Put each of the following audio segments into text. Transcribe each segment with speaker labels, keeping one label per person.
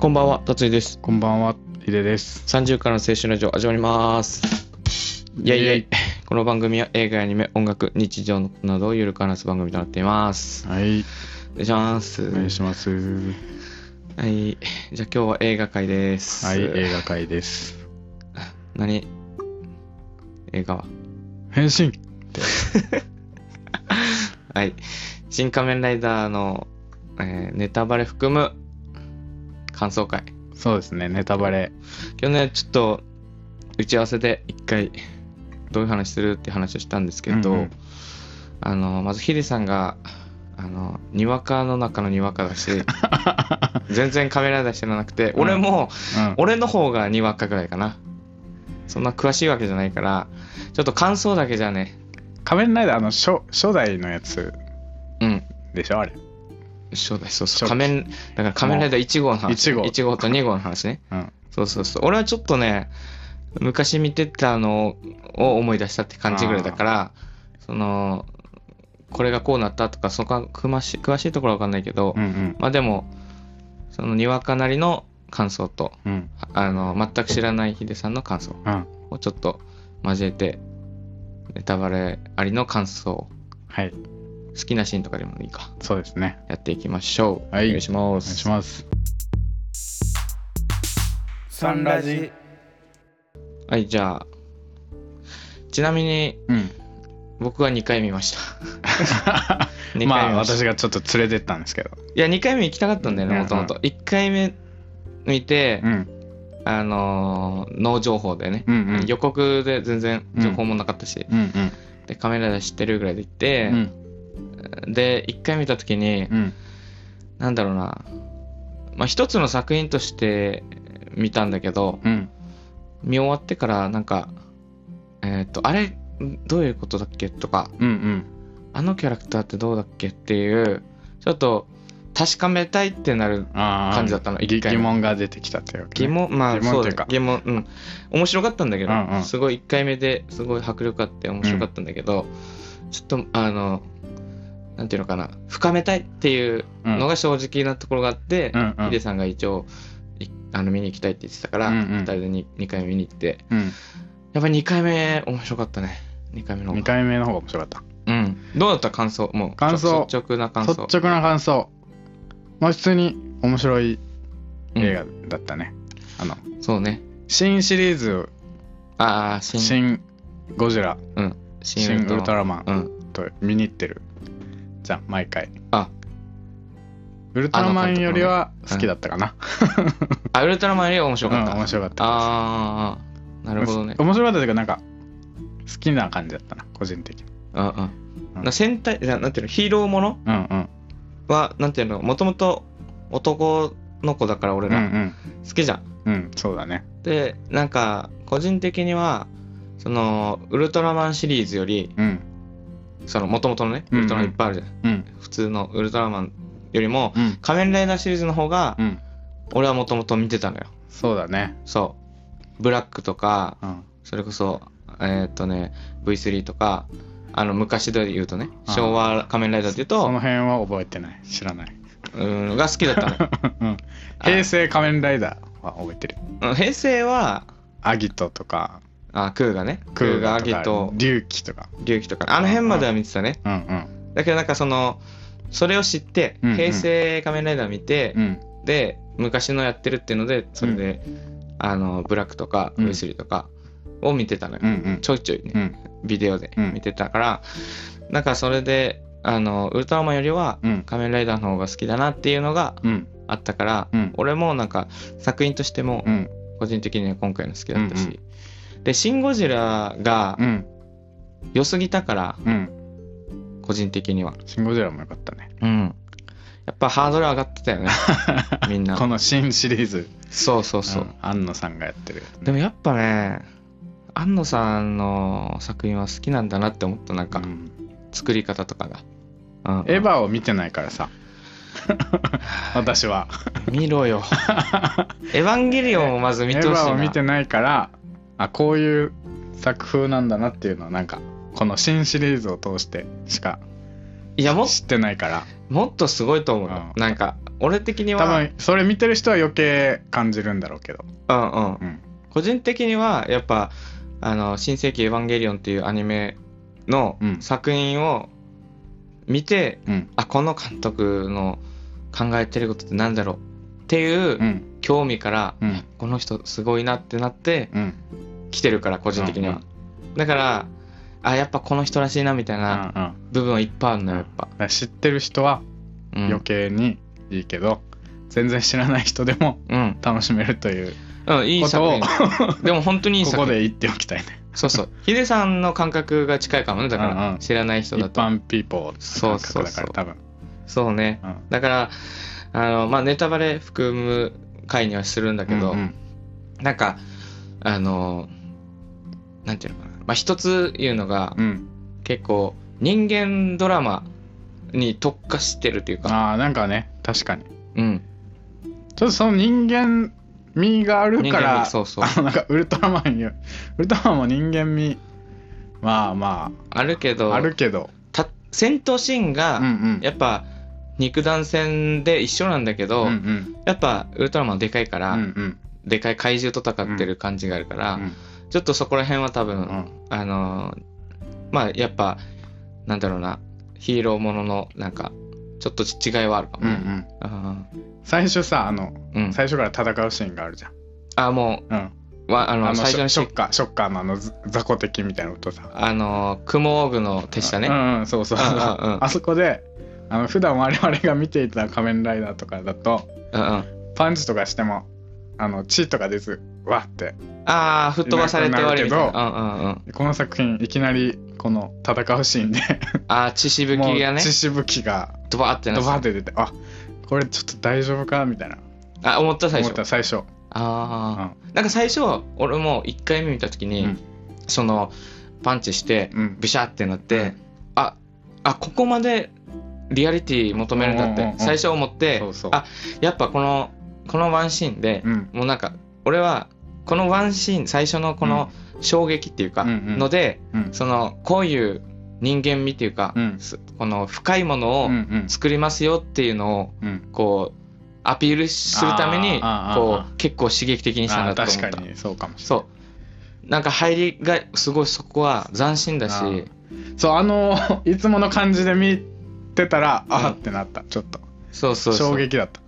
Speaker 1: こんばんは、達井です。
Speaker 2: こんばんは、ヒデです。
Speaker 1: 30からの青春ラジオ始まります。イェイイェイ。 この番組は映画やアニメ、音楽、日常などをゆるく話す番組となっています。
Speaker 2: はい、
Speaker 1: お願いします。
Speaker 2: お願いします。は
Speaker 1: はい。じゃあ今日は映画会です。
Speaker 2: い、映画界です。
Speaker 1: 何映画は
Speaker 2: 変身
Speaker 1: はい。新仮面ライダーの、えーネタバレ含む感想会。
Speaker 2: そうですね、ネタバレ。
Speaker 1: 去年ちょっと打ち合わせで一回どういう話するって話をしたんですけど、
Speaker 2: うんうん
Speaker 1: あのまずヒデさんがあのにわかの中のにわかだし 全然カメラ出してなくて
Speaker 2: うん
Speaker 1: 俺も、
Speaker 2: うん。
Speaker 1: 俺の方がにわかぐらいかなそんな詳しいわけじゃないからちょっと感想だけじゃね
Speaker 2: 仮面ライダーあの初初代のやつ
Speaker 1: うん
Speaker 2: でしょ、あれ。
Speaker 1: そうだそうそう
Speaker 2: 初期
Speaker 1: 仮面だから仮面ライダー1号の話
Speaker 2: もう
Speaker 1: 1号と2号の話ね
Speaker 2: うん。
Speaker 1: そうそうそう。俺はちょっとね、昔見てたのを思い出したって感じぐらいだから、その、これがこうなったとか、そこは詳し詳しいところはわかんないけど、
Speaker 2: うんうん。
Speaker 1: まあでも、そのにわかなりの感想と、
Speaker 2: うん。
Speaker 1: あの、全く知らないヒデさんの感想
Speaker 2: うん。
Speaker 1: をちょっと交えて、ネタバレありの感想、
Speaker 2: はい、
Speaker 1: 好きなシーンとかでもいいか、
Speaker 2: そうですね。
Speaker 1: やっていきましょう。
Speaker 2: はい
Speaker 1: お願いしま
Speaker 2: お願い
Speaker 1: す。
Speaker 2: します。
Speaker 3: サンラジ
Speaker 1: はい、じゃあ、ちなみに、
Speaker 2: うん。
Speaker 1: 僕は2回見ま した2回見
Speaker 2: まあ、
Speaker 1: ました
Speaker 2: 私がちょっと連れてったんですけど。
Speaker 1: いや2回目行きたかったんだよね
Speaker 2: うん
Speaker 1: もともと1回目見て
Speaker 2: う、ん。
Speaker 1: あのー、脳情報でね、
Speaker 2: うんうん。
Speaker 1: 予告で全然情報もなかったし、
Speaker 2: うんうん。
Speaker 1: でカメラで知ってるぐらいで行っ
Speaker 2: う
Speaker 1: て、
Speaker 2: ん。
Speaker 1: で1回見た時に、
Speaker 2: うん。
Speaker 1: なんだろうな、まあ、一つの作品として見たんだけど
Speaker 2: うん。
Speaker 1: 見終わってからなんかえっ、とあれどういうことだっけとか
Speaker 2: うんうん。
Speaker 1: あのキャラクターってどうだっけっていうちょっと確かめたいってなる
Speaker 2: ああ。
Speaker 1: 感じだったの
Speaker 2: 疑
Speaker 1: 一回目
Speaker 2: 疑問が出てきたというわけ
Speaker 1: 疑
Speaker 2: ね、
Speaker 1: 問、まあ
Speaker 2: 疑問
Speaker 1: そ
Speaker 2: っ
Speaker 1: う
Speaker 2: て
Speaker 1: だ
Speaker 2: いうか
Speaker 1: 疑問うん面白かったんだけど、
Speaker 2: うんうん
Speaker 1: すごい1回目ですごい迫力あって面白かったんだけど、ちょっとあのなんていうのかな深めたいっていうのが正直なところがあって、
Speaker 2: うんうん
Speaker 1: ヒデさんが一応いあの見に行きたいって言ってたから、
Speaker 2: う
Speaker 1: 二
Speaker 2: んうん
Speaker 1: 2人で 2, 回目見に行って
Speaker 2: うん。
Speaker 1: やっぱり2回目面白かったね2回目の方
Speaker 2: 2
Speaker 1: が、
Speaker 2: 回目の方が面白かった。
Speaker 1: うん、どうだった感想もう
Speaker 2: 感想
Speaker 1: 率直な感
Speaker 2: 率
Speaker 1: 想
Speaker 2: 直な感想まあ普通に面白い映
Speaker 1: う
Speaker 2: 画だったね、あの
Speaker 1: んそうね
Speaker 2: 新シリーズ
Speaker 1: ああ
Speaker 2: 「
Speaker 1: 新
Speaker 2: 新ゴジラ」「
Speaker 1: 新
Speaker 2: 新ウルトラマ
Speaker 1: う
Speaker 2: ン
Speaker 1: ん」
Speaker 2: と見に行ってるじゃん毎回
Speaker 1: あ
Speaker 2: ウルトラマンよりは好きだったかな
Speaker 1: あウルトラマンよりは面白かった、
Speaker 2: うん面白かった
Speaker 1: ああ、なるほどね。
Speaker 2: 面白かったというかなんか好きな感じだったな個人的に
Speaker 1: うんうん。
Speaker 2: うん
Speaker 1: な戦隊、ななんていうの、ヒーローもの
Speaker 2: うんうん
Speaker 1: は、なんていうの、もともと男の子だから俺
Speaker 2: うんう
Speaker 1: ら、
Speaker 2: ん
Speaker 1: 好きじゃん。
Speaker 2: うんそうだね
Speaker 1: で、なんか、個人的には、その、ウルトラマンシリーズより、
Speaker 2: うん
Speaker 1: その、もともとのね、
Speaker 2: うん
Speaker 1: ウ
Speaker 2: うん
Speaker 1: ルトラマンいっぱいあるじゃん。
Speaker 2: うん
Speaker 1: 普通のウルトラマンよりも、
Speaker 2: うん
Speaker 1: 仮面ライダーシリーズの方が
Speaker 2: う、ん
Speaker 1: 俺はもともと見てたのよ。
Speaker 2: そうだね
Speaker 1: そう。ブラックとか、
Speaker 2: うん
Speaker 1: それこそ、えーっとね、V3 とか、あの、昔で言うとね、
Speaker 2: あー
Speaker 1: 昭和仮面ライダーって言うと、
Speaker 2: その辺は覚えてない知らない
Speaker 1: うんが好きだっ たの
Speaker 2: うん平成仮面ライダーは覚えてる
Speaker 1: うん平成は
Speaker 2: アギトとか
Speaker 1: あクーガねクーガア
Speaker 2: と
Speaker 1: ギ
Speaker 2: か
Speaker 1: ト
Speaker 2: 龍騎とか
Speaker 1: 龍騎とかあの辺までは見てたね
Speaker 2: うんうん
Speaker 1: だけどなんかそのそれを知って
Speaker 2: うんうん
Speaker 1: 平成仮面ライダー見て
Speaker 2: うん
Speaker 1: で昔のやってるっていうのでそれであのブラックとか
Speaker 2: うん
Speaker 1: V3 とかを見てたのよ
Speaker 2: うんうん
Speaker 1: ちょいちょいね
Speaker 2: うん
Speaker 1: ビデオで
Speaker 2: うん
Speaker 1: 見てたからなんかそれであのウルトラマンよりは
Speaker 2: うん
Speaker 1: 仮面ライダーの方が好きだなっていうのが
Speaker 2: うん
Speaker 1: あったから
Speaker 2: うん
Speaker 1: 俺もなんか作品としても
Speaker 2: うん
Speaker 1: 個人的には今回の好きだったし、
Speaker 2: うん
Speaker 1: で「シン・ゴジラ」が
Speaker 2: うん
Speaker 1: 良すぎたから
Speaker 2: うん
Speaker 1: 個人的には、
Speaker 2: シン・ゴジラもよかったね
Speaker 1: うん、やっぱハードル上がってた よねみんな
Speaker 2: この新シリーズ
Speaker 1: そうそうそう、
Speaker 2: ん庵野さんがやってる
Speaker 1: でもやっぱね庵野さんの作品は好きなんだなって思ったなんか、
Speaker 2: うん
Speaker 1: 作り方とかが、うん、
Speaker 2: エヴァを見てないからさ私は
Speaker 1: 見ろ よエヴァンゲリオンをまず見
Speaker 2: エ
Speaker 1: て
Speaker 2: ヴ
Speaker 1: ほしいな
Speaker 2: ァを見てないからあこういう作風なんだなっていうのはなんかこの新シリーズを通してしか
Speaker 1: いやもっ
Speaker 2: 知ってないから
Speaker 1: もっとすごいと思うよ。
Speaker 2: うん
Speaker 1: なんか、俺的に
Speaker 2: 多
Speaker 1: は、
Speaker 2: 分それ見てる人は余計感じるんだろうけど
Speaker 1: うんうん。
Speaker 2: うん
Speaker 1: 個人的には、やっぱ、あの、新世紀エヴァンゲリオンっていうアニメの
Speaker 2: うん
Speaker 1: 作品を見て、
Speaker 2: うん
Speaker 1: あ、この監督の考えてることってなんだろうっていううん興味から、
Speaker 2: うん
Speaker 1: この人すごいなってなって
Speaker 2: うん
Speaker 1: 来てるから、個人的には。だから、あ、やっぱこの人らしいなみたいな
Speaker 2: うんうん
Speaker 1: 部分はいっぱいあるのよ、やっぱ。
Speaker 2: だから知ってる人は
Speaker 1: うん
Speaker 2: 余計にいいけど、全然知らない人でも
Speaker 1: うん。
Speaker 2: 楽しめるという
Speaker 1: うん、いい
Speaker 2: こと
Speaker 1: 作
Speaker 2: を
Speaker 1: 品。でも本当にいい
Speaker 2: こ
Speaker 1: 作
Speaker 2: こ
Speaker 1: 品。
Speaker 2: で言っておきたいね
Speaker 1: そう そう。ヒデさんの感覚が近いかもね。だから、
Speaker 2: うんうん
Speaker 1: 知らない
Speaker 2: 一
Speaker 1: 人だと。
Speaker 2: 般ピーポーの感覚だから多分
Speaker 1: そうね。
Speaker 2: うん
Speaker 1: だから、あの、まあ、ネタバレ含む回にはするんだけど、
Speaker 2: うんうん
Speaker 1: なんか、あの、なんていうのかな。まあ、一つ言うのが、
Speaker 2: うん
Speaker 1: 結構、人間ドラマに特化してるというか、
Speaker 2: ああなんかね確かにちょ
Speaker 1: うん。
Speaker 2: っとその人間味があるか
Speaker 1: 人間
Speaker 2: ら
Speaker 1: 味そうそう。
Speaker 2: あのなんかウルトラマンよウルトラマンも人間味まあま
Speaker 1: あるけど、
Speaker 2: ああるけど
Speaker 1: た戦闘シーン
Speaker 2: う
Speaker 1: が、
Speaker 2: んうん
Speaker 1: やっぱ、肉弾戦で一緒なんだけど、
Speaker 2: うんうん
Speaker 1: やっぱウルトラマンでかいか
Speaker 2: う
Speaker 1: ら、
Speaker 2: んうん
Speaker 1: でかい怪獣と戦ってる感じがあるから、
Speaker 2: うん
Speaker 1: ちょっとそこら辺は多分、
Speaker 2: うん
Speaker 1: あのーまあやっぱなんだろうなヒーローもののなんかちょっと違いはあるかも
Speaker 2: うんう
Speaker 1: ね、
Speaker 2: ん
Speaker 1: あ
Speaker 2: 最初さあの
Speaker 1: ーうん
Speaker 2: 最初から戦うシーンがあるじゃん
Speaker 1: あも
Speaker 2: うん
Speaker 1: うわあの
Speaker 2: あの
Speaker 1: 最初
Speaker 2: ショ
Speaker 1: の
Speaker 2: シ
Speaker 1: シ
Speaker 2: ョッカーショッカーのあのず雑魚敵みたいなことさ
Speaker 1: あのークモオーグの手下ね、
Speaker 2: うんうんそうそう
Speaker 1: うんうんうん
Speaker 2: あそこであの普段我々が見ていた仮面ライダーとかだと
Speaker 1: うんうん、あ
Speaker 2: パンチとかしてもあの血とか出ずわって
Speaker 1: あー吹っ飛ばされて終わりみたい
Speaker 2: いなく
Speaker 1: なうんうんうん、
Speaker 2: この作品いきなりこの戦うシーンで
Speaker 1: ああ血しぶき
Speaker 2: も
Speaker 1: が
Speaker 2: う
Speaker 1: ね
Speaker 2: 血しぶきが
Speaker 1: ドバーって
Speaker 2: ドバ
Speaker 1: な
Speaker 2: ーって出てあこれちょっと大丈夫かみたいな
Speaker 1: あ思った最
Speaker 2: 思っ
Speaker 1: 初
Speaker 2: た最初
Speaker 1: ああ、なんか最初俺も1回目見た時に、
Speaker 2: うん
Speaker 1: そのパンチして
Speaker 2: うん
Speaker 1: ブシャってなって、
Speaker 2: うん
Speaker 1: ああここまでリアリティ求めるんだっ
Speaker 2: うんうん
Speaker 1: て
Speaker 2: うん
Speaker 1: 最初思って、
Speaker 2: そうそう
Speaker 1: あやっぱこのこのワンシーンで、
Speaker 2: うん
Speaker 1: もうなんか俺はこのワンシーン最初のこの衝撃っていうか
Speaker 2: うんうん
Speaker 1: ので、
Speaker 2: うん
Speaker 1: そのこういう人間味っていうか、
Speaker 2: うん
Speaker 1: すこの深いものを
Speaker 2: うんうん
Speaker 1: 作りますよっていうのを
Speaker 2: うん
Speaker 1: こうアピールするために
Speaker 2: あーあー
Speaker 1: こ
Speaker 2: あ
Speaker 1: う結構刺激的にした
Speaker 2: あ
Speaker 1: んだ
Speaker 2: ー
Speaker 1: と思っ
Speaker 2: 確
Speaker 1: た
Speaker 2: かにそうかもし
Speaker 1: そうなんか入りがすごいそこは斬新だ
Speaker 2: あ
Speaker 1: し
Speaker 2: ーれないそうあの いつもの感じで見てたらあー
Speaker 1: うん
Speaker 2: ってなったちょっと
Speaker 1: そうそうそう
Speaker 2: 衝撃だった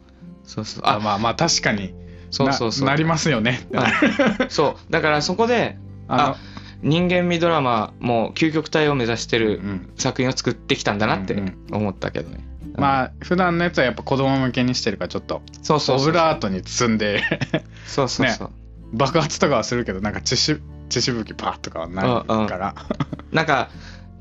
Speaker 1: そうそう
Speaker 2: あ
Speaker 1: あ
Speaker 2: まあまあ確かに
Speaker 1: そうそうそう
Speaker 2: ななりますよねってなる
Speaker 1: そうだからそこで
Speaker 2: あ
Speaker 1: 人間味ドラマも究極体を目指して
Speaker 2: の
Speaker 1: る
Speaker 2: うん
Speaker 1: 作品を作ってきたんだなって
Speaker 2: うん
Speaker 1: 思ったけどね、あ
Speaker 2: まあ普段のやつはやっぱ子供向けにしてるからちょっと
Speaker 1: そうそう
Speaker 2: オ
Speaker 1: そ
Speaker 2: ブ
Speaker 1: う
Speaker 2: ラートに包んで
Speaker 1: そうそうそう、
Speaker 2: 爆発とかはするけどなんか血し血しぶきパーとかはないから
Speaker 1: なんか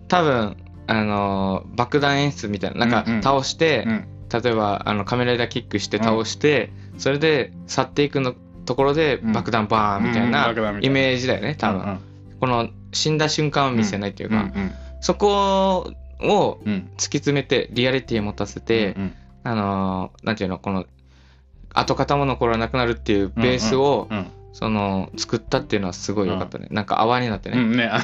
Speaker 1: 多分あのー爆弾演出みたいななん
Speaker 2: う
Speaker 1: か
Speaker 2: んうん
Speaker 1: 倒して、
Speaker 2: うん
Speaker 1: 例えばあのカメラライダーキックして倒して、それで去っていくのところで
Speaker 2: うん
Speaker 1: 爆弾バーンみたい
Speaker 2: うん爆
Speaker 1: な
Speaker 2: 弾みたい
Speaker 1: イ
Speaker 2: な
Speaker 1: メージだよね多分、
Speaker 2: うん
Speaker 1: この死んだ瞬間を見せないというか、
Speaker 2: うん
Speaker 1: そこを
Speaker 2: うんうん
Speaker 1: 突き詰めてリアリティを持たせて、
Speaker 2: うんうん
Speaker 1: あのーなんていうのこの跡形も残らなくなるっていうベースを、
Speaker 2: うん
Speaker 1: その作ったっていうのはすごい良かったね、なんか泡になって
Speaker 2: う
Speaker 1: ね
Speaker 2: んねあ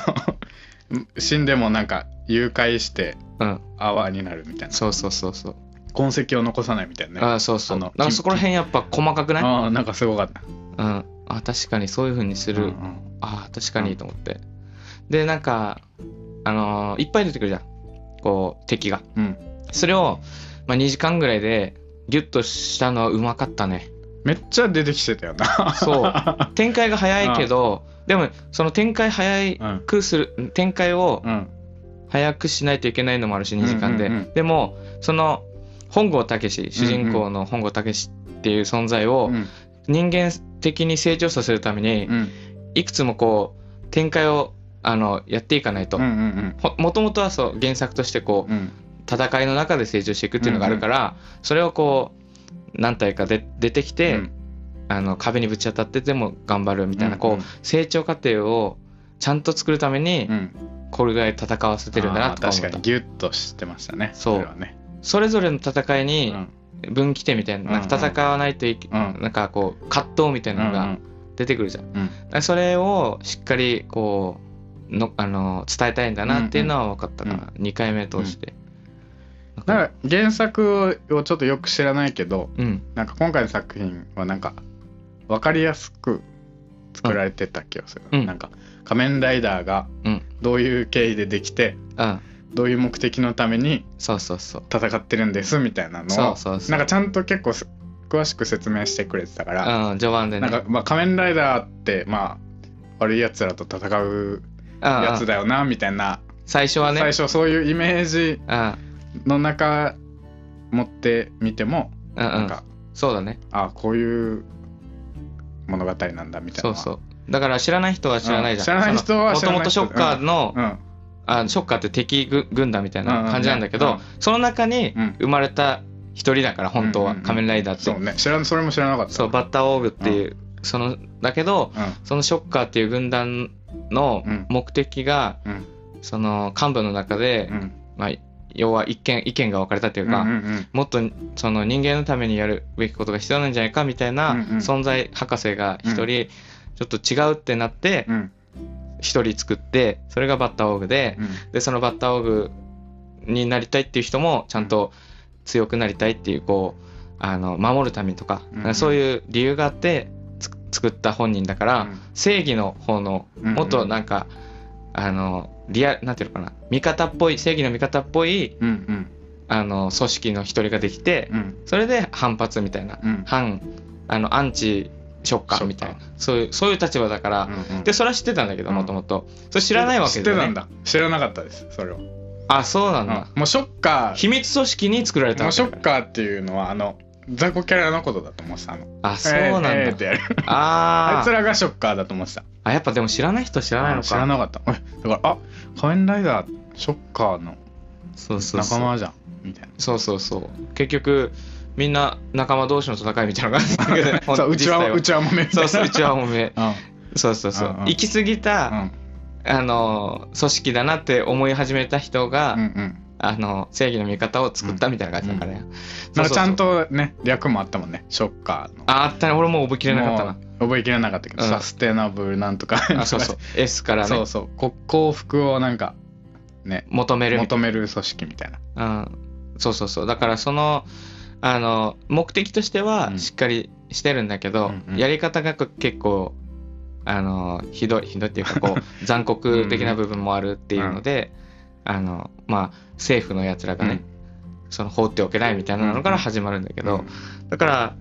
Speaker 2: の死んでもなんか誘拐して
Speaker 1: うん、
Speaker 2: 泡になるみたいな
Speaker 1: そうそうそうそう、
Speaker 2: 痕跡を残さないみたいなね
Speaker 1: あそうそう
Speaker 2: あ
Speaker 1: なん
Speaker 2: の
Speaker 1: かそこら辺やっぱ細かくない、
Speaker 2: ああなんかすごかった
Speaker 1: うん、あ確かにそういう風にする、
Speaker 2: うんうん
Speaker 1: ああ確かにと思って、でなんかあのーいっぱい出てくるじゃんこう敵が
Speaker 2: うん
Speaker 1: それを、まあ、2時間ぐらいでギュッとしたのはうまかったね
Speaker 2: めっちゃ出てきてたよな
Speaker 1: そう展開が早いけどでもその展開早
Speaker 2: うん
Speaker 1: くする展開を
Speaker 2: うん
Speaker 1: 早くしないといけないのもあるし2時間で、
Speaker 2: うんうんうん
Speaker 1: でもその本郷武史主人公の本郷武史っていう存在を
Speaker 2: うん
Speaker 1: 人間的に成長させるために
Speaker 2: うん
Speaker 1: いくつもこう展開をあのやっていかないと
Speaker 2: うんうん
Speaker 1: ほもともとはそう原作としてこう
Speaker 2: うんうん
Speaker 1: 戦いの中で成長していくっていうのがあるから、それをこう何体かで出てきて、
Speaker 2: うん
Speaker 1: あの壁にぶち当たってても頑張るみたいな、
Speaker 2: うん
Speaker 1: こう成長過程をちゃんと作るために
Speaker 2: うん
Speaker 1: これぐらい戦わせてるんだなとか
Speaker 2: あー
Speaker 1: 思った、
Speaker 2: 確かにギュッとしてましたね
Speaker 1: そう
Speaker 2: れはね
Speaker 1: それぞれの戦いうに
Speaker 2: ん
Speaker 1: 分岐点みたいな,、なんか
Speaker 2: うんうん
Speaker 1: 戦わないといけ、
Speaker 2: うん
Speaker 1: なんかこう葛藤みたいなの
Speaker 2: うんう
Speaker 1: が
Speaker 2: ん
Speaker 1: 出てくるじゃん、
Speaker 2: うん
Speaker 1: だからそれをしっかりこうのあの伝えたいんだなっていうのは分かったかな、
Speaker 2: うん
Speaker 1: 2回目通して、なん
Speaker 2: なんか原作をちょっとよく知らないけど
Speaker 1: うん。
Speaker 2: なんか今回の作品はなんか分かりやすく作られてた気がする、
Speaker 1: うん
Speaker 2: なんか仮面ライダーが
Speaker 1: うん
Speaker 2: どういう経緯でできて
Speaker 1: うん。
Speaker 2: どういう目的のために
Speaker 1: そうそうそう。
Speaker 2: 戦ってるんですみたいなのを
Speaker 1: そうそうそう
Speaker 2: なんかちゃんと結構す詳しく説明してくれてたから、
Speaker 1: うん、序盤でね。
Speaker 2: なんか、まあ、仮面ライダーってまあ悪いやつらと戦う
Speaker 1: うん
Speaker 2: やつ
Speaker 1: うん
Speaker 2: だよなみたいな、
Speaker 1: 最初はね。
Speaker 2: 最初そういうイメージ
Speaker 1: うん。
Speaker 2: の中持ってみても、
Speaker 1: うんう
Speaker 2: なん
Speaker 1: ん。
Speaker 2: か
Speaker 1: そうだね。
Speaker 2: あこういう物語なんだみたい
Speaker 1: そ
Speaker 2: な
Speaker 1: うそう。だから知らない人は知らないじゃん。
Speaker 2: うん知らない人は知
Speaker 1: も
Speaker 2: らない人
Speaker 1: ともとショッカーの、
Speaker 2: うん
Speaker 1: あショッカーって敵軍軍団みたいな感じなんだけ
Speaker 2: うん
Speaker 1: ど、
Speaker 2: うんうん
Speaker 1: その中に
Speaker 2: うん
Speaker 1: 生まれた一人だから、本当
Speaker 2: うん
Speaker 1: は。
Speaker 2: うんうん
Speaker 1: 仮面ライダーって。
Speaker 2: そうね知らんそれも知らなかった
Speaker 1: そう、バッターオーグっていう、その、だけど、
Speaker 2: う
Speaker 1: そのショッカーっていう軍団の
Speaker 2: うん
Speaker 1: 目的が、
Speaker 2: んうん
Speaker 1: その幹部の中で、
Speaker 2: うん
Speaker 1: まあ、要は一見意見が分かれたというか、
Speaker 2: うんうんうん
Speaker 1: もっとその人間のためにやるべきことが必要なんじゃないかみたいな
Speaker 2: うんうん
Speaker 1: 存在博士が一
Speaker 2: うん
Speaker 1: 人ちょっと違うってなって
Speaker 2: うん
Speaker 1: 一人作ってそれがバッターオーグで
Speaker 2: うん
Speaker 1: でそのバッターオーグになりたいっていう人もちゃんと強くなりたいっていうこうあの守るためとか
Speaker 2: うんうん
Speaker 1: そういう理由があってつ作った本人だから
Speaker 2: うん
Speaker 1: 正義の方の
Speaker 2: うんうん
Speaker 1: もっとなんかあのリアなんていうのかな味方っぽい正義の味方っぽい
Speaker 2: うんうん
Speaker 1: あの組織の一人ができて
Speaker 2: うん
Speaker 1: それで反発みたいな、
Speaker 2: うん
Speaker 1: 反あのアンチショッカーみたいなそういうそういう立場だから、
Speaker 2: うん
Speaker 1: でそれは知ってたんだけど
Speaker 2: うん
Speaker 1: もともとそれ知らないわけ
Speaker 2: 知
Speaker 1: だ
Speaker 2: っ
Speaker 1: よ
Speaker 2: て
Speaker 1: ね
Speaker 2: たんだ知らなかったですそれを
Speaker 1: あそうなんだ、
Speaker 2: もうショッカ
Speaker 1: 秘密組織に作られ
Speaker 2: ー
Speaker 1: た
Speaker 2: も
Speaker 1: わ
Speaker 2: う
Speaker 1: け
Speaker 2: シ
Speaker 1: だ
Speaker 2: ョ
Speaker 1: か
Speaker 2: ッ
Speaker 1: ら
Speaker 2: カーっていうのはあの雑魚キャラのことだと思ってたあの
Speaker 1: あそうなんだ、
Speaker 2: えーえーってやるあ
Speaker 1: あ
Speaker 2: いつ
Speaker 1: ー
Speaker 2: らがショッカーだと思ってた
Speaker 1: あやっぱでも知らない人は知らないのか
Speaker 2: 知らなかったえだからあ仮面ライダーショッカーの
Speaker 1: そうそうそ
Speaker 2: 仲
Speaker 1: う
Speaker 2: 間じゃんみたいな
Speaker 1: そうそうそう結局みんな仲間同士の戦いみたいな感じだけどねほん
Speaker 2: そ
Speaker 1: と
Speaker 2: ううち
Speaker 1: 実際
Speaker 2: はうちはもめ
Speaker 1: そうそううち
Speaker 2: は
Speaker 1: はおめそうそうそう、
Speaker 2: うんうん
Speaker 1: 行き過ぎ
Speaker 2: うん
Speaker 1: た、あの組織だなって思い始めた人が、
Speaker 2: うんうん
Speaker 1: あの正義の味方を作ったみたいな感じだからね。
Speaker 2: な
Speaker 1: そうそう
Speaker 2: んか
Speaker 1: そう
Speaker 2: ちゃんとね略もあったもんねショッカーの
Speaker 1: ああったね俺もう覚えきれなかった
Speaker 2: もう覚えきれなかったけど、
Speaker 1: うん
Speaker 2: サステナブルなんとか
Speaker 1: な。あそうそう S から
Speaker 2: そ
Speaker 1: ね
Speaker 2: うそうこ幸福をなんかね
Speaker 1: 求めるみたい
Speaker 2: 求める組織みたいな
Speaker 1: な、うん、そうそうそうだからそのあの目的として
Speaker 2: う
Speaker 1: は
Speaker 2: ん
Speaker 1: しっかりしてるんだけど、
Speaker 2: うんうん
Speaker 1: やり方が結構あのひどいひどいっていうかこ う残酷的な部分もあるっていうので、あのまあ政府のやつらがね、その放っておけないみたいなのから始まるんだけ
Speaker 2: け
Speaker 1: ど、だから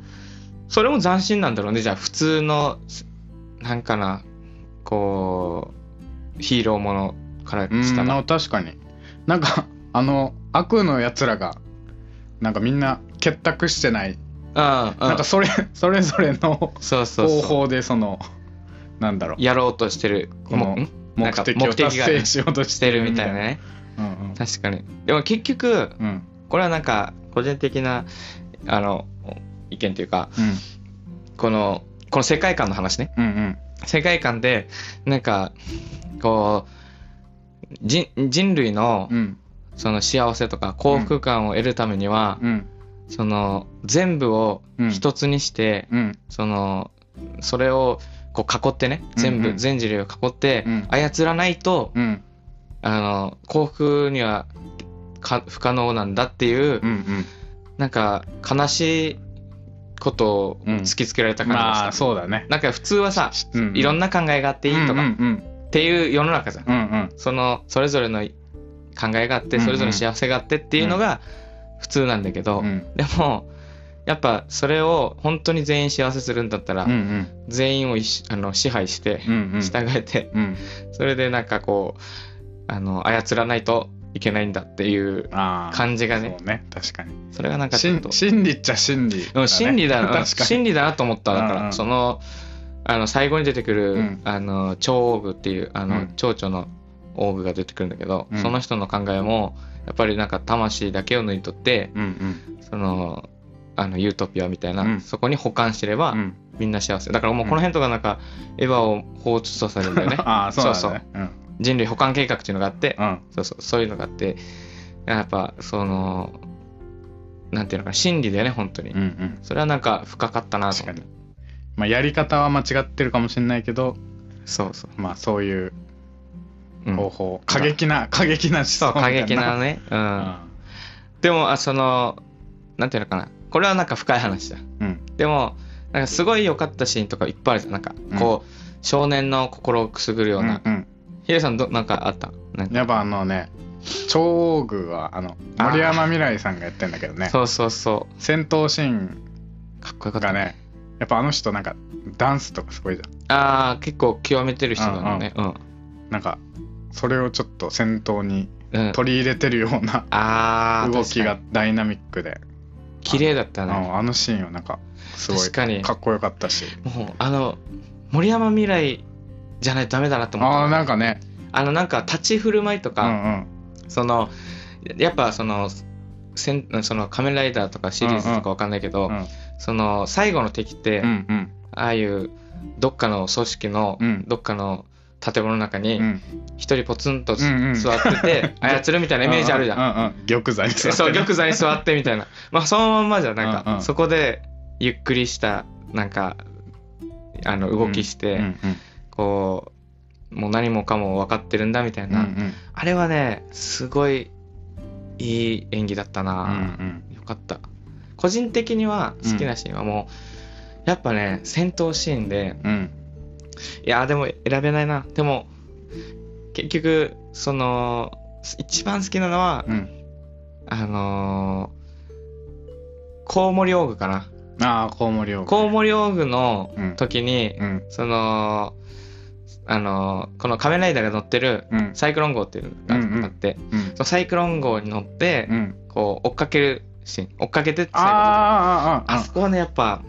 Speaker 1: それも斬新なんだろうねじゃあ普通のすなんかなこうヒーローものから
Speaker 2: うん
Speaker 1: したら
Speaker 2: な確かになんかあの悪のやつらがなんかみんな結託してな
Speaker 1: う
Speaker 2: い、
Speaker 1: んうん
Speaker 2: なんかそれ それぞれの
Speaker 1: そうそう
Speaker 2: 方
Speaker 1: そう
Speaker 2: 法でそのなんだろう
Speaker 1: やろうとしてる
Speaker 2: この
Speaker 1: もんな
Speaker 2: 目
Speaker 1: んか
Speaker 2: 的を達
Speaker 1: 目的
Speaker 2: 成
Speaker 1: が
Speaker 2: しようとし
Speaker 1: して
Speaker 2: て
Speaker 1: る
Speaker 2: る
Speaker 1: みたいなね
Speaker 2: うん
Speaker 1: 確かにでも結局
Speaker 2: うんうん
Speaker 1: これはなんか個人的なあの意見というか
Speaker 2: うん
Speaker 1: このこの世界観の話ね
Speaker 2: うんうん
Speaker 1: 世界観でなんかこう人人類の
Speaker 2: うん
Speaker 1: その幸せとか幸福感を得るためには、
Speaker 2: うん
Speaker 1: その全部を
Speaker 2: うん
Speaker 1: 一つにして、
Speaker 2: うん
Speaker 1: そのそれをこう囲ってね全部、
Speaker 2: うんうん
Speaker 1: 全人類を囲って
Speaker 2: うん
Speaker 1: 操らないと、
Speaker 2: うん
Speaker 1: あの幸福にはか不可能なんだっていう、
Speaker 2: うん
Speaker 1: なんか悲しいことを突きつけられた
Speaker 2: うん
Speaker 1: 感じがした、
Speaker 2: まあそうだね
Speaker 1: なんか普通はさ
Speaker 2: うん
Speaker 1: いろ
Speaker 2: なん
Speaker 1: な考えがあっていいとか、
Speaker 2: うん
Speaker 1: っ
Speaker 2: うん
Speaker 1: ていう世の中じゃん
Speaker 2: うんうん
Speaker 1: そのそれぞれの考えがあって
Speaker 2: うんうん
Speaker 1: それぞれの幸せがあってっていうのが普通なんだけど、
Speaker 2: うんうん
Speaker 1: でもやっぱそれを本当に全員幸せするんだったら、
Speaker 2: うんうん
Speaker 1: 全員を一緒あの支配して
Speaker 2: うんうん
Speaker 1: 従えて、
Speaker 2: うん
Speaker 1: それでなんかこうあの操らないといけないんだっていう
Speaker 2: ああ
Speaker 1: 感じがね
Speaker 2: そうね確かに
Speaker 1: それがなんかちょっ
Speaker 2: 心
Speaker 1: と
Speaker 2: 心理っちゃ心理
Speaker 1: うん真理だな
Speaker 2: 確かに
Speaker 1: 真理だなと思っただか
Speaker 2: うんうん
Speaker 1: らそのあの最後に出てくる、
Speaker 2: うん
Speaker 1: あの超王具っていうあの、
Speaker 2: うん
Speaker 1: 蝶々の王具が出てくるんだけど、
Speaker 2: うん
Speaker 1: その人の考えもやっぱりなんか魂だけを抜い取って
Speaker 2: うんうん
Speaker 1: そのあのユートピアみたいな、
Speaker 2: うん
Speaker 1: そこに保管してれば、
Speaker 2: うん
Speaker 1: みんな幸せだからもうこの辺とかなんかエヴァを放出とされるんだよね
Speaker 2: ああそう
Speaker 1: そう
Speaker 2: だ
Speaker 1: そう
Speaker 2: ねうん
Speaker 1: 人類保管計画っていうのがあって
Speaker 2: うん
Speaker 1: そうそうそういうのがあってやっぱそのなんていうのかな真理だよね本当に、
Speaker 2: うんうん
Speaker 1: それはなんか深かったなと
Speaker 2: 確
Speaker 1: 思
Speaker 2: か
Speaker 1: って
Speaker 2: にまあやり方は間違ってるかもしれないけど
Speaker 1: そうそう、
Speaker 2: まあそういう
Speaker 1: うん
Speaker 2: 方法過激な過激な思想
Speaker 1: 過
Speaker 2: みたい
Speaker 1: 激なねうん、
Speaker 2: うん
Speaker 1: でもあそのなんていうのかなこれはなんか深い話だ、
Speaker 2: うん
Speaker 1: でもなんかすごい良かったシーンとかいっぱいあるじゃんなんかこう、少年の心をくすぐるような、
Speaker 2: うんうん
Speaker 1: ヒデさんどなんかあったなんか
Speaker 2: やっぱあのね超具はあの
Speaker 1: あー
Speaker 2: 森山未來さんがやってんだけどね
Speaker 1: そうそうそ
Speaker 2: 戦闘シーン
Speaker 1: うかっこよかった
Speaker 2: がねやっぱあの人なんかダンスとかすごいじゃ
Speaker 1: ああ結構極めてる人だもんねうん、うん
Speaker 2: んなんかそれをちょっと戦闘に取り入れてるような
Speaker 1: ああ
Speaker 2: 動きがダイナミックで
Speaker 1: 綺麗だった
Speaker 2: あ
Speaker 1: ね
Speaker 2: のあのシーンはなんかすご
Speaker 1: 確か
Speaker 2: い
Speaker 1: に
Speaker 2: かっこよかったし
Speaker 1: もうあの森山未来じゃないとダメだなと思った
Speaker 2: ああーなんかね
Speaker 1: あのなんか立ち振る舞いと
Speaker 2: うんう
Speaker 1: か、そのやっぱそのせんその仮面ライダーとかシリーズとかわかんないけど、
Speaker 2: うんうん
Speaker 1: その最後の敵って、
Speaker 2: んうん
Speaker 1: ああいうどっかの組織の、
Speaker 2: うん
Speaker 1: どっかの建物の中
Speaker 2: う
Speaker 1: に
Speaker 2: ん
Speaker 1: 一人ポツンとす、
Speaker 2: うんうん
Speaker 1: 座って て操るみたいなイメージあるじゃん。
Speaker 2: うんうん玉座に座って
Speaker 1: そう玉座に座ってみたいなまあそのまんまじゃんなんか、
Speaker 2: うんうん
Speaker 1: そこでゆっくりしたなんかあの動きして、
Speaker 2: うんうん
Speaker 1: こうもう何もかも分かってるんだみたい
Speaker 2: うんう
Speaker 1: な、
Speaker 2: ん
Speaker 1: あれはねすごいいい演技だった
Speaker 2: う
Speaker 1: な、
Speaker 2: ん
Speaker 1: よかった個人的には好きなシーンはもう、やっぱね戦闘シーンで
Speaker 2: うんうん
Speaker 1: いやでも選べないなでも結局その一番好きなのは
Speaker 2: うん
Speaker 1: あのー、コウモリオーグかな。
Speaker 2: ああコウモリを
Speaker 1: コウモリオーグの
Speaker 2: うん
Speaker 1: 時に、
Speaker 2: うん
Speaker 1: その、あのーこの仮面ライダーが乗ってる
Speaker 2: うん
Speaker 1: サイクロン号っていうのがあって、
Speaker 2: うん
Speaker 1: そのサイクロン号に乗って、
Speaker 2: うん
Speaker 1: こう、追っかけるシーン、追っかけてって最後の
Speaker 2: あーあー
Speaker 1: あ
Speaker 2: あ
Speaker 1: そこはね、やっぱ、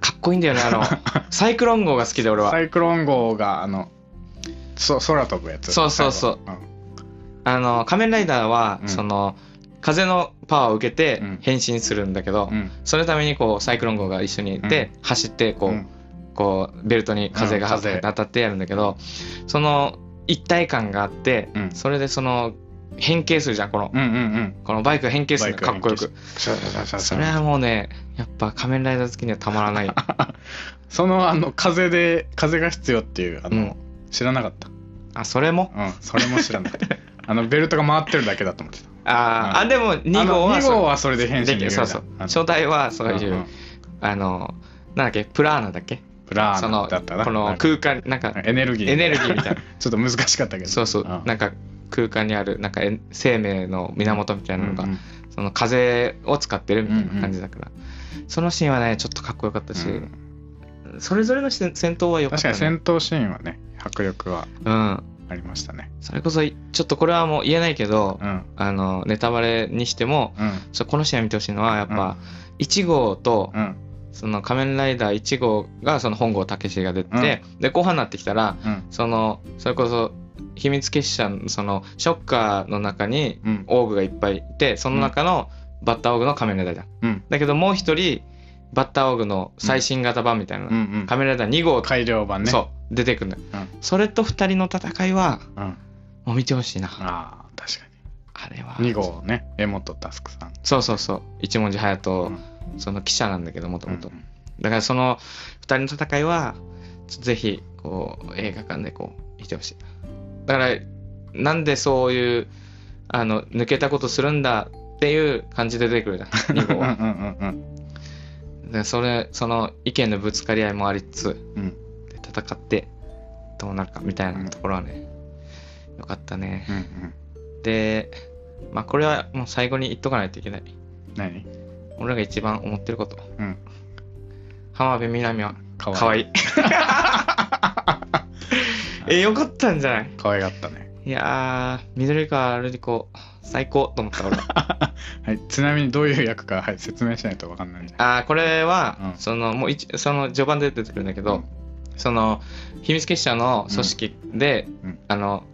Speaker 1: かっこいいんだよね、あ の、サイクロン号が好きで俺
Speaker 2: ーサ
Speaker 1: は。
Speaker 2: イクロン号があのそ空飛ぶやつ
Speaker 1: そうそうそう
Speaker 2: 最後
Speaker 1: あの、仮面ライダーは、
Speaker 2: うん
Speaker 1: その、風のパワーを受けて
Speaker 2: うん
Speaker 1: 変身するんだけど、
Speaker 2: うんうん
Speaker 1: そのためにこうサイクロン号が一緒にいて、走ってこう,、
Speaker 2: うん
Speaker 1: こうベルトに風が
Speaker 2: うん風
Speaker 1: 当たってやるんだけど、その一体感があって、
Speaker 2: うん
Speaker 1: それでその変形するじゃんこの、
Speaker 2: うんうんうん
Speaker 1: このバイクが変形するのかっこよく
Speaker 2: シャシャシャシャシ
Speaker 1: そ
Speaker 2: ャ
Speaker 1: れはもうねやっぱ仮面ライダー好きにはたまらない
Speaker 2: そのあの風で風が必要っていうあの、知らなかった
Speaker 1: あそれも
Speaker 2: うんそれも知 らなかったあのベルトが回ってるだけだと思ってた
Speaker 1: あー、
Speaker 2: う
Speaker 1: あでも2号
Speaker 2: あ
Speaker 1: は
Speaker 2: の二
Speaker 1: そ
Speaker 2: 号
Speaker 1: れ
Speaker 2: はそれで変身
Speaker 1: で
Speaker 2: でき
Speaker 1: き
Speaker 2: る
Speaker 1: そうそう初代はそういう、あのなんだっけプラーナだっけ
Speaker 2: プラ
Speaker 1: そ
Speaker 2: ー
Speaker 1: の
Speaker 2: ナだったな
Speaker 1: こ
Speaker 2: な
Speaker 1: の
Speaker 2: んか
Speaker 1: 空間なんか
Speaker 2: エネルギー
Speaker 1: エネルギーみ たいな
Speaker 2: ちょっと難しかったけど
Speaker 1: そうそう、
Speaker 2: ん
Speaker 1: なんか空間にあるなんかえ生命の源みたいなのが、
Speaker 2: うんうん
Speaker 1: その風を使ってるみたいな感じだから、そのシーンはねちょっとかっこよかったし、
Speaker 2: うん
Speaker 1: それぞれのし戦闘はよかっ
Speaker 2: 確
Speaker 1: た、
Speaker 2: か
Speaker 1: ね、
Speaker 2: に戦闘シーンはね迫力は
Speaker 1: うん
Speaker 2: ありましたね
Speaker 1: それこそいちょっとこれはもう言えないけど、
Speaker 2: うん
Speaker 1: あのネタバレにしても
Speaker 2: うん
Speaker 1: ちょこのシーンは見てほしいのはやっぱ、1号と、
Speaker 2: うん
Speaker 1: その仮面ライダー1号がその本郷武史が出て、で後半になってきたら
Speaker 2: うん
Speaker 1: そのそれこそ秘密結社のそのショッカーの中に
Speaker 2: うん
Speaker 1: オーグがいっぱいいてその中のバッターオーグの仮面ライダーだ、
Speaker 2: うん
Speaker 1: だけどもう一人バッターオーグの最新型版みたいな、
Speaker 2: うんうん
Speaker 1: 仮面ライダー2号、
Speaker 2: 改良版ね
Speaker 1: そう出てくるんだよ、
Speaker 2: うん
Speaker 1: それと2人の戦いは
Speaker 2: うんあ
Speaker 1: もう見てほしいなあ
Speaker 2: あー確か
Speaker 1: れは
Speaker 2: に2号ね江本佑さん
Speaker 1: そうそうそう一文字隼人、その記者なんだけどもともとだからその2人の戦いはちょっとぜひこう映画館でこう見てほしいだからなんでそういうあの抜けたことするんだっていう感じで出てくるじゃん2号
Speaker 2: うんうん
Speaker 1: は
Speaker 2: うん
Speaker 1: でそれその意見のぶつかり合いもありつつ
Speaker 2: うんうん
Speaker 1: で戦ってどうなるかみたいなところはね、よかったね
Speaker 2: うんうん
Speaker 1: でまあこれはもう最後に言っとかないといけない
Speaker 2: 何
Speaker 1: 俺らが一番思ってること
Speaker 2: うん
Speaker 1: 浜辺美波は
Speaker 2: か
Speaker 1: 可愛
Speaker 2: い
Speaker 1: い えよかったんじゃない
Speaker 2: 可愛かったね
Speaker 1: いやー緑川瑠璃子最高と思った 俺
Speaker 2: はい、ちなみにどういう役か、はい、説明しないと分かんないんで。
Speaker 1: あーこれは、
Speaker 2: うん
Speaker 1: そのもう一その序盤で出てくるんだけど、その秘密結社の組織で、
Speaker 2: うん
Speaker 1: あの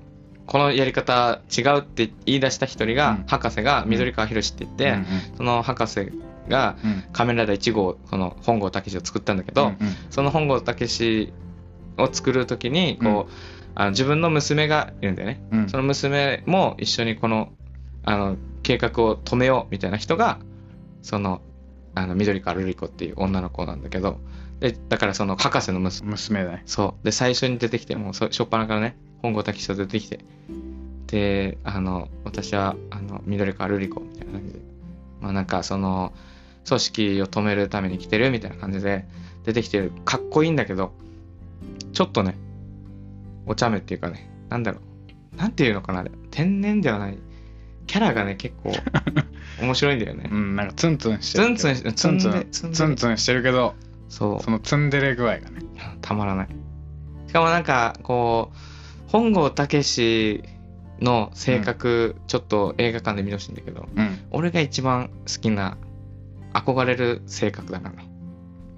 Speaker 1: このやり方違うって言い出した一人が、
Speaker 2: うん
Speaker 1: 博士が緑川博って言って、
Speaker 2: うん
Speaker 1: その博士が
Speaker 2: うんうん
Speaker 1: 仮面ライダー1号この本郷武を作ったんだけど、
Speaker 2: うんうん
Speaker 1: その本郷武を作る時にこう、あの自分の娘がいるんだよね、
Speaker 2: うん
Speaker 1: その娘も一緒にこのあの計画を止めようみたいな人がそのあの緑川瑠璃子っていう女の子なんだけどでだからその博士の娘
Speaker 2: 娘だね。
Speaker 1: そう。で、最初に出てきて、もうそ、しょっぱなからね、本郷武史と出てきて、であの私はあの緑川瑠璃子みたいな感じでまあなんかその組織を止めるために来てるみたいな感じで出てきてるかっこいいんだけどちょっとねお茶目っていうかねなんだろうなんていうのかなあれ天然ではないキャラがね結構面白いんだよね
Speaker 2: うんなんかツンツンして
Speaker 1: ツ
Speaker 2: る
Speaker 1: ン
Speaker 2: け
Speaker 1: ツ
Speaker 2: ど
Speaker 1: ンし
Speaker 2: ツ
Speaker 1: ツ
Speaker 2: ン
Speaker 1: ン
Speaker 2: ツ
Speaker 1: ツ
Speaker 2: ン
Speaker 1: ン
Speaker 2: ツンツンしてるけど
Speaker 1: そう
Speaker 2: そのツンデレ具合がね
Speaker 1: たまらないしかもなんかこう本郷武史の性格、ちょっと映画館で見てほしいんだけど
Speaker 2: うん
Speaker 1: 俺が一番好きな憧れる性格だからね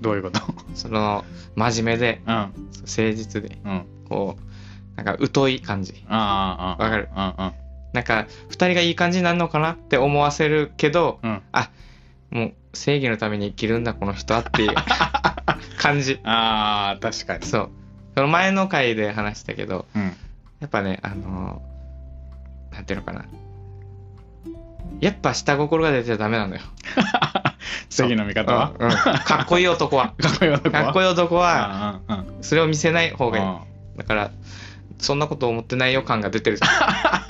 Speaker 2: どういうこと
Speaker 1: その真面目で
Speaker 2: うんうん
Speaker 1: 誠実で
Speaker 2: あ
Speaker 1: こうなんか疎い感じ
Speaker 2: あああ
Speaker 1: わかる
Speaker 2: うん
Speaker 1: なんか2人がいい感じになるのかなって思わせるけど
Speaker 2: うんうん
Speaker 1: もう正義のために生きるんだこの人はっていう感じ
Speaker 2: ああ確かに
Speaker 1: そうその前の回で話したけど
Speaker 2: うん
Speaker 1: やっぱね、あのーなんていうのかな。やっぱ下心が出ちゃダメなのよ。
Speaker 2: 次の見方は
Speaker 1: うんうんかっこいい男は。
Speaker 2: かっこいい男は
Speaker 1: かっこ
Speaker 2: いい
Speaker 1: いい男は、
Speaker 2: うんうんうん
Speaker 1: それを見せない方がいい。
Speaker 2: う
Speaker 1: だから、そんなこと思ってない予感が出てるじゃ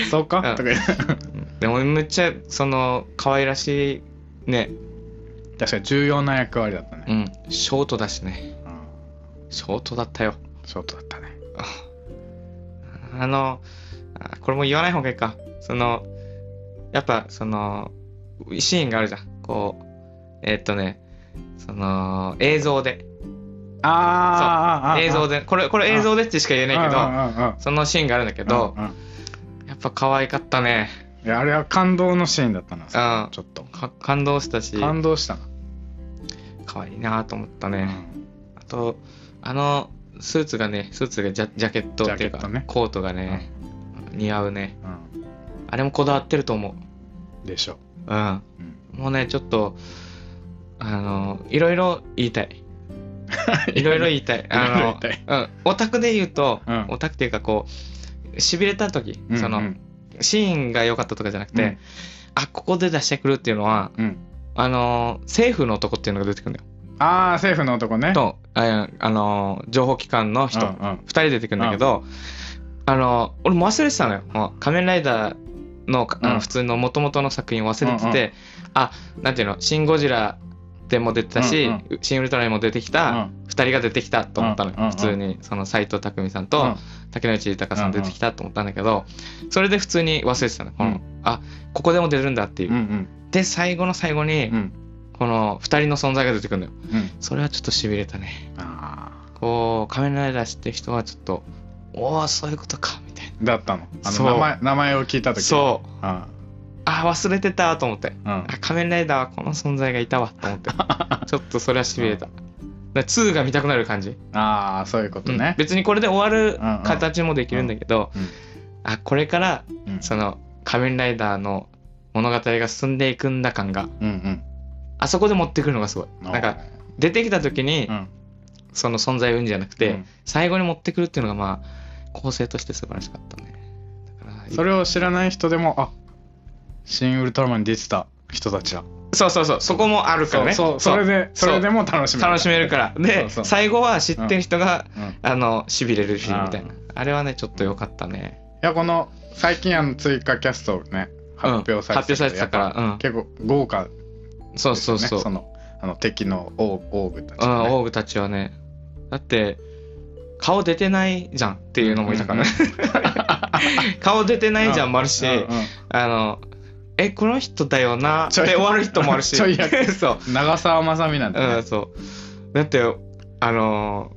Speaker 1: ん。
Speaker 2: んそうか
Speaker 1: うん
Speaker 2: とか言う
Speaker 1: うんでも、めっちゃ、その、可愛らしい、ね、
Speaker 2: 確かに重要な役割だった
Speaker 1: う
Speaker 2: ね
Speaker 1: ん、ショートだしね。
Speaker 2: うん
Speaker 1: ショートだったよ。
Speaker 2: ショートだったね
Speaker 1: ああの、あこれも言わない方がいいか。その、やっぱ、その、シーンがあるじゃん。こう、えーっとね、その、映像で、
Speaker 2: あーあーあーあー
Speaker 1: 映像で、これ、これ映像でってしか言えないけど、
Speaker 2: ど
Speaker 1: そのシーンがあるんだけど、やっぱ可愛かったね。
Speaker 2: いやあれは感動のシーンだったな
Speaker 1: うん
Speaker 2: ちょっと
Speaker 1: か感動したし、
Speaker 2: 感動したな
Speaker 1: 可愛いなと思った
Speaker 2: う
Speaker 1: ね。
Speaker 2: ん
Speaker 1: あと、あの、スーツがね、スーツがジャジャケットっていう
Speaker 2: ジャケッ
Speaker 1: か、
Speaker 2: トね
Speaker 1: コートがね、似合うね。
Speaker 2: う
Speaker 1: あれもこだわってると思う。
Speaker 2: んでしょ
Speaker 1: うん。
Speaker 2: ううん
Speaker 1: もうね、ちょっと、あの、いろいろ言いた い。いろいろ言いたい。あ
Speaker 2: いろい
Speaker 1: の
Speaker 2: ろ言い、
Speaker 1: うん、オタクで言うと、
Speaker 2: うん
Speaker 1: オタクっていうかこう、しびれた時、その、
Speaker 2: うん
Speaker 1: シーンが良かったとかじゃなくて、
Speaker 2: うん
Speaker 1: あ、ここで出してくるっていうのは、
Speaker 2: うん
Speaker 1: あの、政府の男っていうのが出てくるんだよ。
Speaker 2: ああ政府の男ね
Speaker 1: と、ああの、情報機関の人、
Speaker 2: う
Speaker 1: 二、
Speaker 2: んうん
Speaker 1: 人出てくるんだけど、あの、俺も忘れてたのよ。もう仮面ライダーの、あ
Speaker 2: うん
Speaker 1: の普通の元々の作品を忘れてて、
Speaker 2: うんう
Speaker 1: あ、なんていうの、シン・ゴジラでも出てたし、
Speaker 2: うん
Speaker 1: シン・ウルトラにも出てき
Speaker 2: う
Speaker 1: た、
Speaker 2: ん
Speaker 1: 二人が出てきたと思ったのよ。
Speaker 2: うんうんうん
Speaker 1: 普通に、その斎藤工さん
Speaker 2: う
Speaker 1: と
Speaker 2: ん、
Speaker 1: 竹野内豊さん出てきたと思ったんだけど、それで普通に忘れてたの。この、
Speaker 2: うん
Speaker 1: あ、ここでも出るんだっていう。
Speaker 2: うん
Speaker 1: で、最後の最後に、
Speaker 2: うん
Speaker 1: この二人の存在が出てくるのよ。
Speaker 2: うん
Speaker 1: それはちょっと痺れたね。
Speaker 2: あ
Speaker 1: こう仮面ライダー知ってる人はちょっとおおそういうことかみたい
Speaker 2: ーだったのあの
Speaker 1: そう
Speaker 2: 名前名前を聞いた
Speaker 1: な
Speaker 2: 時
Speaker 1: そう
Speaker 2: あ
Speaker 1: あー忘れてたと思って
Speaker 2: ーうん
Speaker 1: あ仮面ライダーはこの存在がいたわと思って ちょっとそれはしびれただから2が見たくなる感じ、
Speaker 2: ああそういうこと
Speaker 1: うん
Speaker 2: ね
Speaker 1: 別にこれで終わる
Speaker 2: うんうん
Speaker 1: 形もできるんだけど、
Speaker 2: うん
Speaker 1: あこれから
Speaker 2: うん
Speaker 1: その仮面ライダーの物語が進んでいくんだ感が
Speaker 2: うん
Speaker 1: あそこで持ってくるのがすごい
Speaker 2: うん
Speaker 1: なんか出てきた時に
Speaker 2: うん
Speaker 1: その存在を言うんじゃなくて、
Speaker 2: うん
Speaker 1: 最後に持ってくるっていうのがまあ構成として素晴らしかったねだから
Speaker 2: それを知らない人でもあシン・ウルトラマンに出てた人たちだ
Speaker 1: そうそうそう、そこもあるからね。
Speaker 2: そうそうそれでそれでも楽し
Speaker 1: そう
Speaker 2: める
Speaker 1: 楽しめるから。で、
Speaker 2: そうそう
Speaker 1: 最後は知ってる人が、
Speaker 2: うん
Speaker 1: あの、痺れるし、みたいな。あれはね、ちょっと良かったね。
Speaker 2: いやこの最近あの追加キャストね発表され
Speaker 1: うん発
Speaker 2: て,、
Speaker 1: 表されてたからうん
Speaker 2: 結構豪華
Speaker 1: そう
Speaker 2: です
Speaker 1: そ
Speaker 2: よ
Speaker 1: う
Speaker 2: ね
Speaker 1: そう。
Speaker 2: そのあの敵のオーオーグたち
Speaker 1: うん、
Speaker 2: がね、
Speaker 1: オーグたちはね。だって、顔出てないじゃんっていうのもいたからね。 顔出てないじゃんもあるし、
Speaker 2: うんうん
Speaker 1: あの、え、この人だよなって終わる人もあるし。
Speaker 2: ちょい役
Speaker 1: そう。
Speaker 2: 長澤まさみなんて、ね
Speaker 1: うん、そう。だって、あの、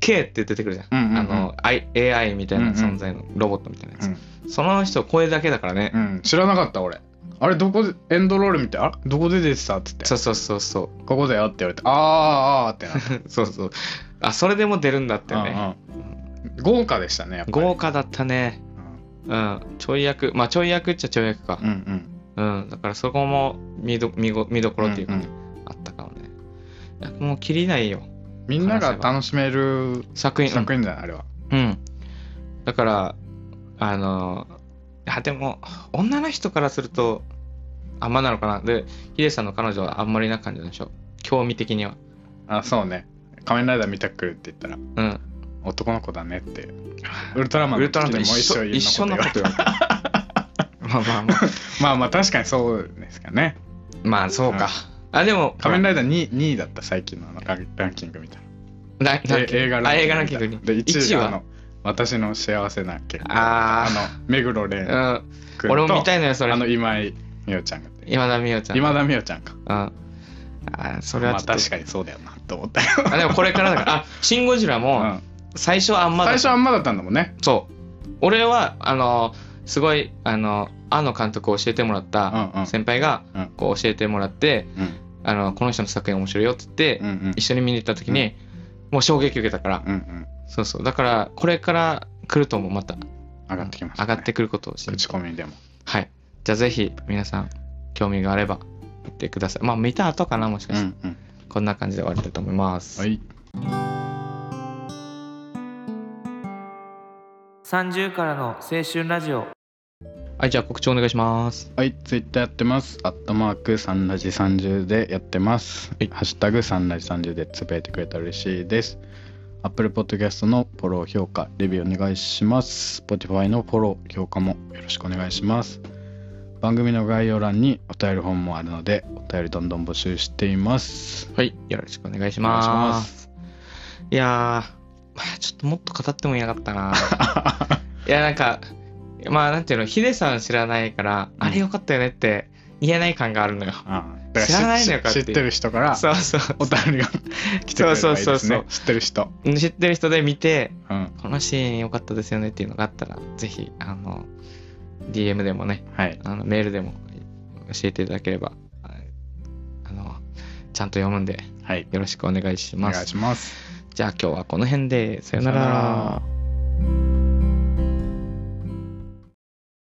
Speaker 1: K って出てくるじゃん。
Speaker 2: うんうんうん
Speaker 1: あの、I- AI みたいな存在のロボットみたいなやつ。その人声だけだからね。
Speaker 2: うんうん知らなかった俺あれどこでエンドロール見てあどこで出てたっつって
Speaker 1: そうそうそうそ
Speaker 2: ここだよって言われてあーあーってなっ
Speaker 1: う。 そうそう。あ、それでも出るんだって
Speaker 2: た、
Speaker 1: ね。
Speaker 2: うんうん豪華でしたねやっぱり
Speaker 1: 豪華だったね。うん。ちょい役。まあ、ちょい役っちゃちょい役か
Speaker 2: う。んうん
Speaker 1: うん。だからそこも見ど見ご見どころっていうか、
Speaker 2: うん
Speaker 1: ねあったかもね。いやもう切りないよ。
Speaker 2: みんなが楽しめる
Speaker 1: 作品。
Speaker 2: 作品じゃないあれは
Speaker 1: うん。うんだから、あの、あでも、女の人からすると、あんまなのかな。で、ヒデさんの彼女はあんまりな感じなんでしょ。興味的には。
Speaker 2: あそうね仮面ライダー見たくるって言ったら
Speaker 1: うん。
Speaker 2: 男の子だねって ウルトラマ
Speaker 1: ウ
Speaker 2: ンの
Speaker 1: ルト
Speaker 2: 時
Speaker 1: ラマンと
Speaker 2: にも
Speaker 1: 一緒一緒
Speaker 2: の
Speaker 1: な
Speaker 2: こ
Speaker 1: ことと
Speaker 2: よ
Speaker 1: よ まあまあまあ
Speaker 2: まあまあ確かにそうですかね
Speaker 1: まあそうか、あでも
Speaker 2: 仮面ライダー 2, 2位だった最近のあのラランキングみたい
Speaker 1: ラン
Speaker 2: な
Speaker 1: ランキング
Speaker 2: え映画
Speaker 1: あ
Speaker 2: ランキング
Speaker 1: 映画ランキングに
Speaker 2: で1
Speaker 1: 1
Speaker 2: 位
Speaker 1: 位
Speaker 2: はあ
Speaker 1: は
Speaker 2: の私の幸せな結婚
Speaker 1: あー
Speaker 2: の目黒蓮
Speaker 1: う
Speaker 2: 君
Speaker 1: ん、
Speaker 2: と
Speaker 1: 俺も見たいのよそれ
Speaker 2: あの今井美桜ちゃんが
Speaker 1: 今田美桜ちゃん
Speaker 2: 今田美桜ちゃんか
Speaker 1: うんあーそれ
Speaker 2: ま
Speaker 1: は
Speaker 2: あ
Speaker 1: ちょっ
Speaker 2: 確
Speaker 1: と、
Speaker 2: かにそうだよなと思ったよ、
Speaker 1: あ、でもこれからだからあシン・ゴジラ
Speaker 2: う
Speaker 1: も
Speaker 2: ん
Speaker 1: 最初はあんまだ
Speaker 2: 最初はあんまだったんだもんね
Speaker 1: そう俺はあのすごいあの庵野監督を教えてもらっ
Speaker 2: うんうん
Speaker 1: た先輩が
Speaker 2: うん
Speaker 1: こう教えてもらって、
Speaker 2: うん
Speaker 1: あのこの人の作品面白いよって言って、
Speaker 2: うんうん
Speaker 1: 一緒に見に行った時に、もう衝撃受けたから、
Speaker 2: うんうん
Speaker 1: そうそうだからこれから来るともまた
Speaker 2: 上がってきました、
Speaker 1: 上
Speaker 2: ね、
Speaker 1: がってくることを信じ
Speaker 2: 口
Speaker 1: て
Speaker 2: コミでも
Speaker 1: はいじゃあぜひ皆さん興味があれば見てくださいまあ見た後かなもしか
Speaker 2: うん
Speaker 1: し
Speaker 2: う
Speaker 1: て、
Speaker 2: ん
Speaker 1: こんな感じで終わりたいと思います、
Speaker 2: はい
Speaker 3: 30からの青春ラジオ
Speaker 1: はいじゃあ告知お願いします
Speaker 2: はい、ツイッターやってます。アットマークサンラジ30でやってます。
Speaker 1: はい
Speaker 2: ハッシュタグサンラジ30でつぶやいてくれたら嬉しいです。Apple Podcast のフォロー、評価、レビューお願いします。Spotify のフォロー、評価もよろしくお願いします。番組の概要欄にお便り本もあるので、お便りどんどん募集しています。
Speaker 1: はいよろしくお願いし
Speaker 2: お願いし
Speaker 1: ま
Speaker 2: ます
Speaker 1: いやーまあちょっともっと語ってもいなかった ないやなんかまあなんていうのヒデさん知らないから、
Speaker 2: うん
Speaker 1: あれよかったよねって言えない感があるのよ
Speaker 2: ああ
Speaker 1: 知らないのよ
Speaker 2: だから知
Speaker 1: 勝手
Speaker 2: 知
Speaker 1: に
Speaker 2: ってる人から
Speaker 1: そうそう
Speaker 2: お便りが来てくれればいい
Speaker 1: そうそうそ
Speaker 2: で
Speaker 1: う
Speaker 2: す
Speaker 1: そ
Speaker 2: ね
Speaker 1: う。
Speaker 2: 知ってる人。
Speaker 1: 知ってる人で見て
Speaker 2: うん。
Speaker 1: このシーン良かったですよねっていうのがあったらぜひあの DM でもね
Speaker 2: はい。
Speaker 1: あのメールでも教えていただければああのちゃんと読むんで
Speaker 2: はい。
Speaker 1: よろしくお願いし
Speaker 2: お
Speaker 1: ます
Speaker 2: 願いします。
Speaker 1: じゃあ今日はこの辺でさよな
Speaker 2: さよな
Speaker 1: ら
Speaker 2: ら